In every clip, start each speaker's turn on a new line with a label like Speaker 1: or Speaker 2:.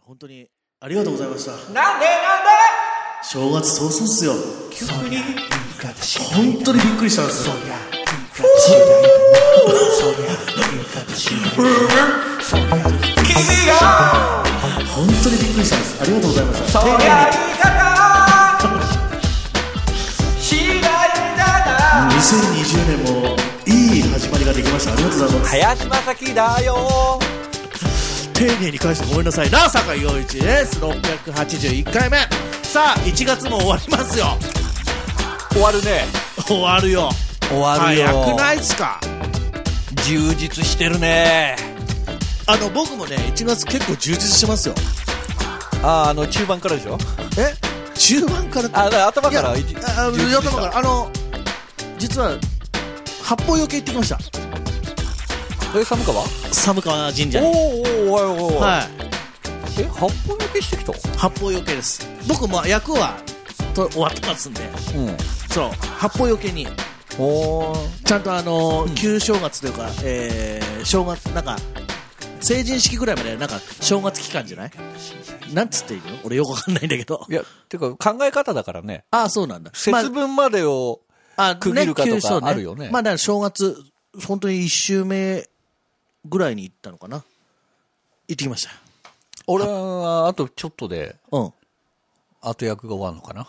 Speaker 1: 本当にありがとうございました
Speaker 2: なんでなんで
Speaker 1: 正月早々っすよ
Speaker 2: 急に
Speaker 1: 本当にびっくりしたんですよ
Speaker 2: 君が
Speaker 1: 本当にびっくりしたんですありがとうございました
Speaker 2: そりゃ言い方次第だな
Speaker 1: 2020年もいい始まりができましたありがとうございます
Speaker 2: 林正樹だよ
Speaker 1: 丁寧に返してごめんなさいな坂井陽一です681回目さあ1月も終わりますよ
Speaker 2: 終わるね
Speaker 1: 終わるよ
Speaker 2: 終わるよ
Speaker 1: 早くないっすか
Speaker 2: 充実してるね
Speaker 1: あの僕もね1月結構充実してますよ
Speaker 2: あーあの中盤からでしょ
Speaker 1: え中盤からって
Speaker 2: あだ頭
Speaker 1: いや
Speaker 2: から
Speaker 1: あ
Speaker 2: いじ
Speaker 1: あ
Speaker 2: 充実し
Speaker 1: 頭
Speaker 2: た
Speaker 1: からあの実は八方よけ行ってきました
Speaker 2: え寒川
Speaker 1: 寒川神社
Speaker 2: お
Speaker 1: に
Speaker 2: ーおーおーおいおい、
Speaker 1: はい
Speaker 2: え八本焼けしてきた
Speaker 1: 八方よけです僕も役はと終わってますんで
Speaker 2: うん
Speaker 1: そう八方よけに
Speaker 2: おー
Speaker 1: ちゃんとあのー旧正月というか、えー正月なんか成人式ぐらいまでなんか正月期間じゃないなんつっていいの俺よくわかんないんだけど
Speaker 2: いやてか考え方だからね
Speaker 1: ああそうなんだ
Speaker 2: 節分までを、
Speaker 1: まああ
Speaker 2: 区切るかとか
Speaker 1: ね旧正
Speaker 2: あるよね
Speaker 1: まあだから正月本当に一周目ぐらいに行ったのかな行ってきました
Speaker 2: 俺はあとちょっとで
Speaker 1: うん
Speaker 2: 後役が終わるのかな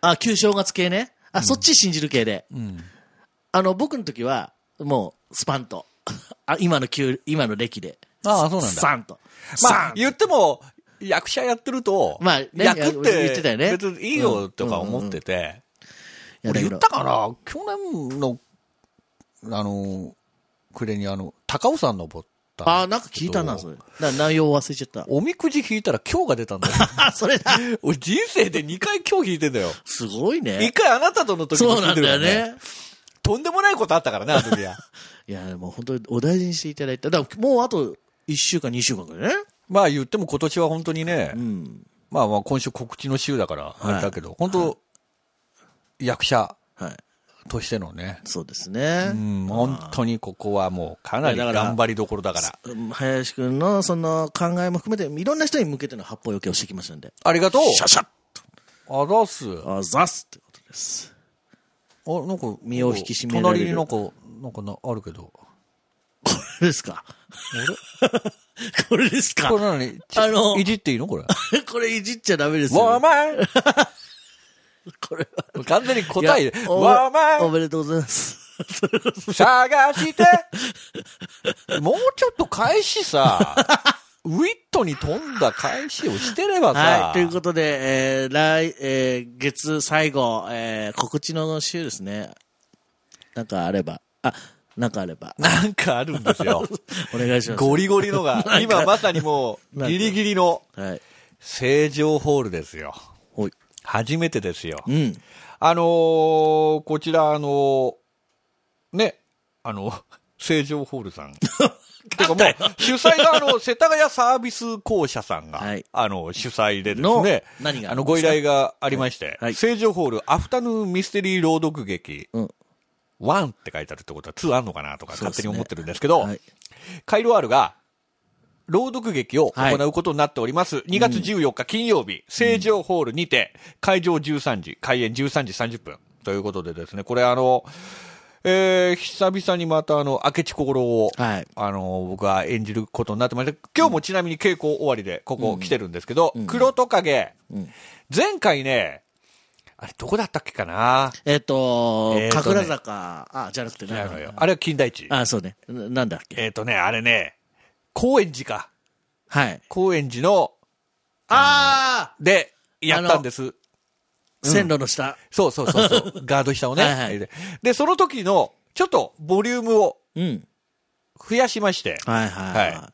Speaker 1: あ旧正月系ねあ、そっち信じる系で
Speaker 2: うん
Speaker 1: あの僕の時はもうスパンと あ今の旧今の歴で
Speaker 2: ああそうなんだ
Speaker 1: サンと
Speaker 2: まあ、
Speaker 1: サン
Speaker 2: 言っても、役者やってると、
Speaker 1: まあね
Speaker 2: 役っ
Speaker 1: 言ってた
Speaker 2: て、
Speaker 1: よね
Speaker 2: 別にいいよとか思ってて、
Speaker 1: いやだ
Speaker 2: 俺
Speaker 1: け
Speaker 2: 言
Speaker 1: ど
Speaker 2: ったかな、去年の、あの、暮れにあの、高尾山登った。
Speaker 1: ああ、なんか聞いたな、それ。な内容忘れちゃった。
Speaker 2: おみくじ引いたら今日が出たんだよ。
Speaker 1: あ、それだ。
Speaker 2: 俺人生で2回今日引いてんだよ。
Speaker 1: すごい
Speaker 2: 1
Speaker 1: ね。
Speaker 2: 回あなたとの時に
Speaker 1: そう
Speaker 2: 引
Speaker 1: ないん
Speaker 2: てるか
Speaker 1: だ
Speaker 2: ら
Speaker 1: よね。
Speaker 2: とんでもないことあったからね、あの時は。
Speaker 1: いや、でもう本当にお大事にしていただいた。だからもうあと1週間、2週間ぐらいね。
Speaker 2: まあ言っても今年は本当にね、
Speaker 1: うん。
Speaker 2: まあまあ今週告知の週だから、
Speaker 1: い
Speaker 2: あれだけど、本当、役者
Speaker 1: はい。
Speaker 2: としてのね、
Speaker 1: そうですね
Speaker 2: う。ん、本当にここはもうかないり
Speaker 1: やだから
Speaker 2: 頑張りどころだから。
Speaker 1: うん林くんのその考えも含めて、いろんな人に向けての発砲よけをしてきましたんで。
Speaker 2: ありがとう
Speaker 1: シャシャッ
Speaker 2: あざっす。あ、
Speaker 1: と。あざっすってことです。
Speaker 2: なんか、
Speaker 1: 身を引き締められる
Speaker 2: 隣になんか、なんかな、あるけど。
Speaker 1: これですか これですか
Speaker 2: これ何
Speaker 1: あの
Speaker 2: いじっていいのこれ。
Speaker 1: これいじっちゃダメです
Speaker 2: わ
Speaker 1: よ。
Speaker 2: ーま ん
Speaker 1: これは。
Speaker 2: 完全に答え
Speaker 1: いや、おめ
Speaker 2: わーま
Speaker 1: おめでとうございます。
Speaker 2: ん 探してもうちょっと返しさ、ウィットに富んだ返しをしてれば
Speaker 1: は
Speaker 2: さ
Speaker 1: い。、ということで、えー、来、えー、月最後、えー、告知の週ですね。なんかあれば。あ、なんかあれば。
Speaker 2: なんかあるんで すよ。
Speaker 1: お願いします。
Speaker 2: ゴリゴリのが、今まさにも
Speaker 1: な
Speaker 2: う、
Speaker 1: んか
Speaker 2: ギリギリの、
Speaker 1: はい。
Speaker 2: 成城ホールですよ。
Speaker 1: ほい。
Speaker 2: 初めてですよ。
Speaker 1: うん。
Speaker 2: あのーこちら、あのーね、あの、 成城ホールさん。 てかもう、主催が、あの、 世田谷サービス公社さんが、
Speaker 1: はい
Speaker 2: あの、主催でです
Speaker 1: の
Speaker 2: ね、
Speaker 1: 何が
Speaker 2: あの、ご依頼がありまして、
Speaker 1: はい
Speaker 2: 成城ホールアフタヌーンミステリー朗読劇、
Speaker 1: うん
Speaker 2: 1って書いてあるってことは2あんのかなとか
Speaker 1: そう
Speaker 2: 勝
Speaker 1: です
Speaker 2: 手
Speaker 1: ね
Speaker 2: に思ってるんですけど、
Speaker 1: はい。
Speaker 2: カイロアールが、朗読劇を行うことになっております。2月14日金曜日、成城ホールにて、会場13時、開演13時30分。ということでですね、これあの、えー、久々にまたあの、明智小五郎を、
Speaker 1: はい
Speaker 2: あの、僕は演じることになってまして、今日もちなみに稽古終わりでここ来てるんですけど、黒トカゲ、前回ね、あれどこだったっけかな
Speaker 1: えっ、と
Speaker 2: えーとね
Speaker 1: 神楽坂、あ、じゃなくて
Speaker 2: あ
Speaker 1: なんだ
Speaker 2: のよあれは金田一。
Speaker 1: あ、そうね。ななんだっけ。
Speaker 2: えっ、とね、あれね、高円寺か。
Speaker 1: はい。
Speaker 2: 高円寺の、
Speaker 1: あ
Speaker 2: で、やったんです。
Speaker 1: ー線路の下。
Speaker 2: そうそうそうそう。 ガード下をね。
Speaker 1: はいはい
Speaker 2: でで、その時の、ちょっとボリュームを
Speaker 1: うん。
Speaker 2: 増やしまして、
Speaker 1: はいはい。
Speaker 2: はい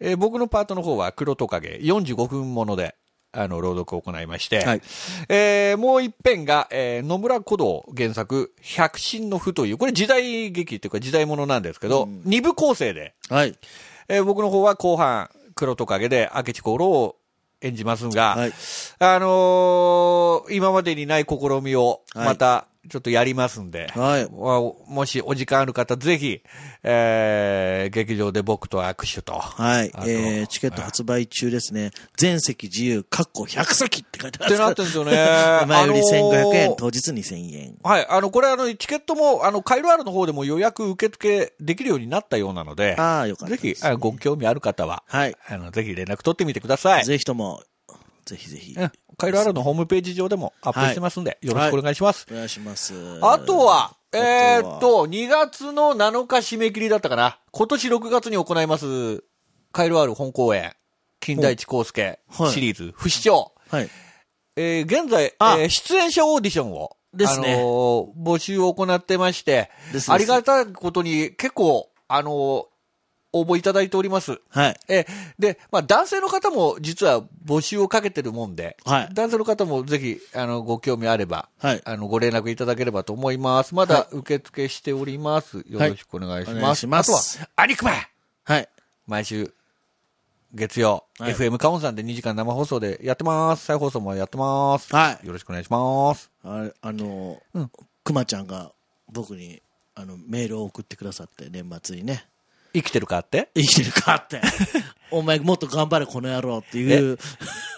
Speaker 2: えー僕のパートの方は黒トカゲ45分もので、あの、朗読を行いまして、
Speaker 1: はい
Speaker 2: えーもう一編が、えー野村古道原作、百神の譜という、これ時代劇っていうか時代ものなんですけど、二部構成で、
Speaker 1: はい。
Speaker 2: えー僕の方は後半、黒トカゲで明智小五郎を演じますが、
Speaker 1: はい
Speaker 2: あのー今までにない試みを
Speaker 1: はい
Speaker 2: またちょっとやりますんで、
Speaker 1: はい
Speaker 2: まあおもしお時間ある方、ぜひ、えー、劇場で僕と握手と。
Speaker 1: はい
Speaker 2: あ。と
Speaker 1: えー、チケット発売中ですね。全席自由、かっこ100席って書いてあ
Speaker 2: っ
Speaker 1: る
Speaker 2: て
Speaker 1: んです
Speaker 2: な
Speaker 1: けど
Speaker 2: ってんですよね。あ
Speaker 1: 前売り1500円、
Speaker 2: のー
Speaker 1: 当日2000円。
Speaker 2: はい。あの、これ、あの、チケットも、あの、カイロアールの方でも予約受付できるようになったようなので、
Speaker 1: ああ、よかった
Speaker 2: ぜひ
Speaker 1: で、す
Speaker 2: あご興味ある方は、
Speaker 1: はい。
Speaker 2: あの、ぜひ連絡取ってみてください。
Speaker 1: ぜひとも、ぜひぜひ、
Speaker 2: うんカイロアールのホームページ上でもアップしてますんで、
Speaker 1: はい
Speaker 2: よろしくお願いします。
Speaker 1: お願いします。
Speaker 2: あとは、
Speaker 1: あは
Speaker 2: えーっ、と、2月の7日締め切りだったかな。今年6月に行います、カイロアール本公演、金田一耕助
Speaker 1: はい
Speaker 2: シリーズ、不死鳥。
Speaker 1: はい。
Speaker 2: えー現在、
Speaker 1: あ
Speaker 2: えー出演者オーディションを、
Speaker 1: ですね
Speaker 2: あのー募集を行ってまして
Speaker 1: ですです
Speaker 2: ありがたいことに結構、あのー応募いただいております。
Speaker 1: はい。
Speaker 2: えーで、まあ、男性の方も実は募集をかけてるもんで、
Speaker 1: はい
Speaker 2: 男性の方もぜひ、あの、ご興味あれば、
Speaker 1: はい
Speaker 2: あの、ご連絡いただければと思います。まだ
Speaker 1: は
Speaker 2: 受付しております。よろしくお願いします。
Speaker 1: お願いします
Speaker 2: あとは、アニクマ
Speaker 1: はい。
Speaker 2: 毎週月曜、
Speaker 1: はい
Speaker 2: FM カウンさんで2時間生放送でやってます。再放送もやってます。
Speaker 1: はい
Speaker 2: よろしくお願いします。
Speaker 1: あれあの、
Speaker 2: うん
Speaker 1: くまちゃんが僕にあのメールを送ってくださって、年末にね。
Speaker 2: 生きてるかって
Speaker 1: 生きてるか って。お前もっと頑張れ、この野郎っていう。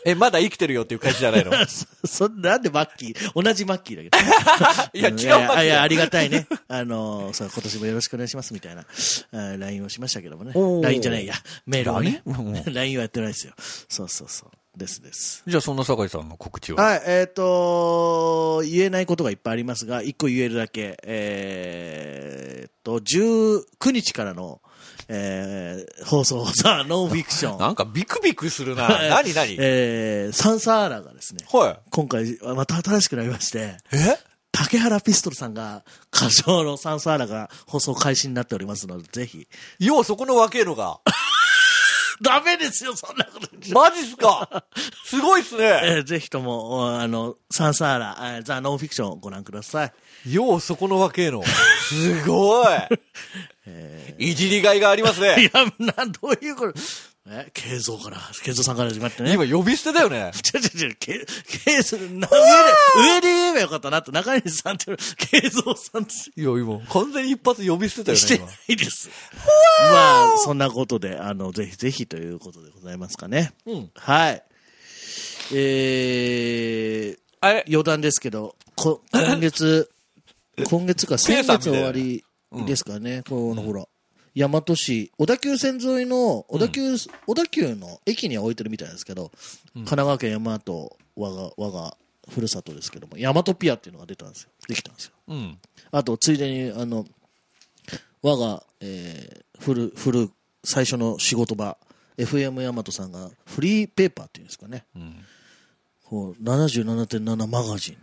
Speaker 2: え、まだ生きてるよっていう感じじゃ ないの
Speaker 1: そそなんでマッキー、同じマッキーだけど。
Speaker 2: いや、違う
Speaker 1: あの
Speaker 2: わけだ
Speaker 1: いやいや、ありがたいね。あの、そう、今年もよろしくお願いしますみたいな、あー LINE をしましたけどもね
Speaker 2: お。ー
Speaker 1: LINE じゃないや、メールをね
Speaker 2: LINE？。
Speaker 1: LINE はやってないですよ。そうそうそう。ですです。
Speaker 2: じゃあ、そんな酒井さんの告知は、
Speaker 1: はい、えっ、と、言えないことがいっぱいありますが、一個言えるだけ、えーっと、19日からの、えー放送、 さ、ノンフィクション。
Speaker 2: なんかビクビクするな。
Speaker 1: はい
Speaker 2: なになに
Speaker 1: えー、サンサーラがですね、
Speaker 2: はい。
Speaker 1: 今回、また新しくなりまして、
Speaker 2: え
Speaker 1: 竹原ピストルさんが、歌唱のサンサーラが放送開始になっておりますので、ぜひ。
Speaker 2: ようそこの若えのが。
Speaker 1: ダメですよ、そんなこと言っちゃ
Speaker 2: マジっすかすごいっすね。
Speaker 1: えーぜひとも、おあの、サンサーラ、えーザ・ノンフィクションをご覧ください。
Speaker 2: ようそこの若えの。すごい。いじりがいがあります
Speaker 1: い
Speaker 2: ね。
Speaker 1: や、なん、どういうこと、え、慶三から、慶三さんから始まってね。
Speaker 2: 今呼び捨てだよね。
Speaker 1: ちょちょちょ、け、けいぞ、な、上で、上で言えばよかったなって、中西さんって、けいぞうさんって
Speaker 2: いや、今、完全に一発呼び捨てたよ
Speaker 1: して
Speaker 2: ね、
Speaker 1: な
Speaker 2: 今。
Speaker 1: いです。まあ、そんなことで、あの、ぜひぜひということでございますかね。
Speaker 2: うん
Speaker 1: はい。えー、
Speaker 2: あれ
Speaker 1: 余談ですけど、こ、今月、今月 か、
Speaker 2: ペ
Speaker 1: 先
Speaker 2: ーさん
Speaker 1: 月終わりですかね、このほら、大和市、小田急線沿いの、小田急、小田急の駅には置いてるみたいですけど、神奈川県大和、我が、我が、ふるさとですけども、大和ピアっていうのが出たんですよ。できたんですよ。
Speaker 2: うん。
Speaker 1: あと、ついでに、あの、我が、えー、古、古、最初の仕事場、FM 大和さんが、フリーペーパーっていうんですかね。こう77.7マガジン。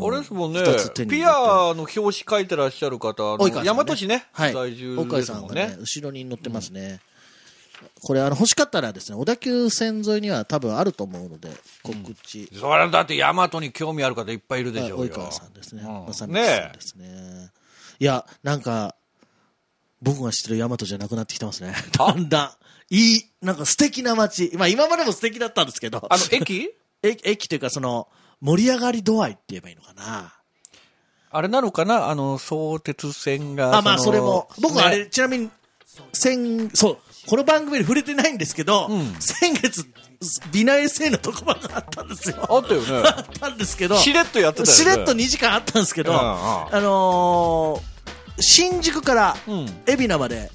Speaker 2: あれですもんね
Speaker 1: 二つ、手に入れて
Speaker 2: ピアの表紙書いてらっしゃる方、あの
Speaker 1: 及川さん
Speaker 2: 大
Speaker 1: ね
Speaker 2: 和市ね、
Speaker 1: はい。
Speaker 2: 在
Speaker 1: 及
Speaker 2: 住
Speaker 1: 川
Speaker 2: です
Speaker 1: さん
Speaker 2: もん
Speaker 1: が
Speaker 2: ね
Speaker 1: ね、。後ろに乗ってますね。これ、あの、欲しかったらですね、小田急線沿いには多分あると思うので、告知。
Speaker 2: それはだって大和に興味ある方いっぱいいるで
Speaker 1: はい
Speaker 2: しょう
Speaker 1: 及
Speaker 2: よ
Speaker 1: 川。さんですね。
Speaker 2: うん
Speaker 1: まさみちさんですね。いや、なんか、僕が知ってる大和じゃなくなってきてますね。だんだん。いい、なんか素敵な街。まあ今までも素敵だったんですけど、
Speaker 2: あの、 駅
Speaker 1: え駅というかその、盛り上がり度合いって言えばいいのかな。
Speaker 2: あれなのかなあの、相鉄線が。
Speaker 1: あ、まあ
Speaker 2: の
Speaker 1: それも。僕はあれ、
Speaker 2: ね
Speaker 1: ちなみに、先、そう、この番組で触れてないんですけど、先月、美内生の特番があったんですよ。
Speaker 2: あったよね
Speaker 1: あったんですけど。
Speaker 2: しれっとやってたよね
Speaker 1: しれっと2時間あったんですけど、
Speaker 2: うんうん
Speaker 1: あのー新宿から
Speaker 2: うん
Speaker 1: 海老名まで、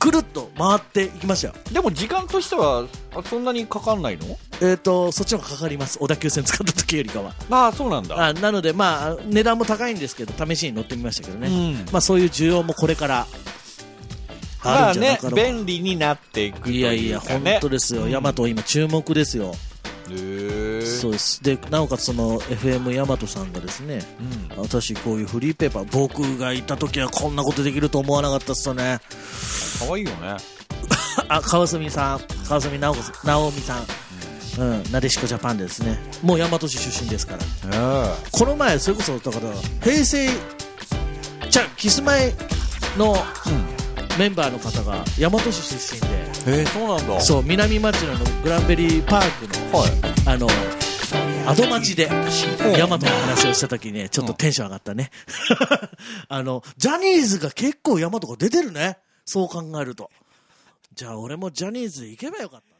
Speaker 1: ぐるっと回っていきましたよ。
Speaker 2: でも時間としては、あそんなにかかんないの
Speaker 1: えっ、と、そっちの方がかかります。小田急線使った時よりかは。
Speaker 2: ああ、そうなんだ。
Speaker 1: あなので、まあ、値段も高いんですけど、試しに乗ってみましたけどね。
Speaker 2: うん
Speaker 1: まあ、そういう需要もこれから、
Speaker 2: ま
Speaker 1: あるん
Speaker 2: あ
Speaker 1: じゃな
Speaker 2: ね
Speaker 1: かろう、か。
Speaker 2: 便利になっていくと
Speaker 1: いやいや、
Speaker 2: うか
Speaker 1: 本
Speaker 2: ね
Speaker 1: 当ですよ。ヤマト今注目ですよ。
Speaker 2: へー
Speaker 1: そうです。で、なおかつその FM ヤマトさんがですね、
Speaker 2: うん
Speaker 1: 私こういうフリーペーパー、僕がいた時はこんなことできると思わなかったっすよね。
Speaker 2: 可愛いよね。
Speaker 1: あ、川澄さん、川澄直子直美さん。うん、なでしこジャパンですね。もう大和市出身ですから。この前、それこそ、だから、平成、じゃあキスマイのメンバーの方が大和市出身で、
Speaker 2: えー、そうなんだ。
Speaker 1: そう、南町のあのグランベリーパークの、
Speaker 2: はい
Speaker 1: あの、アドマチで、ヤマトの話をした時にね、ちょっとテンション上がったね。 あの、ジャニーズが結構ヤマトが出てるね。そう考えると。じゃあ俺もジャニーズ行けばよかった。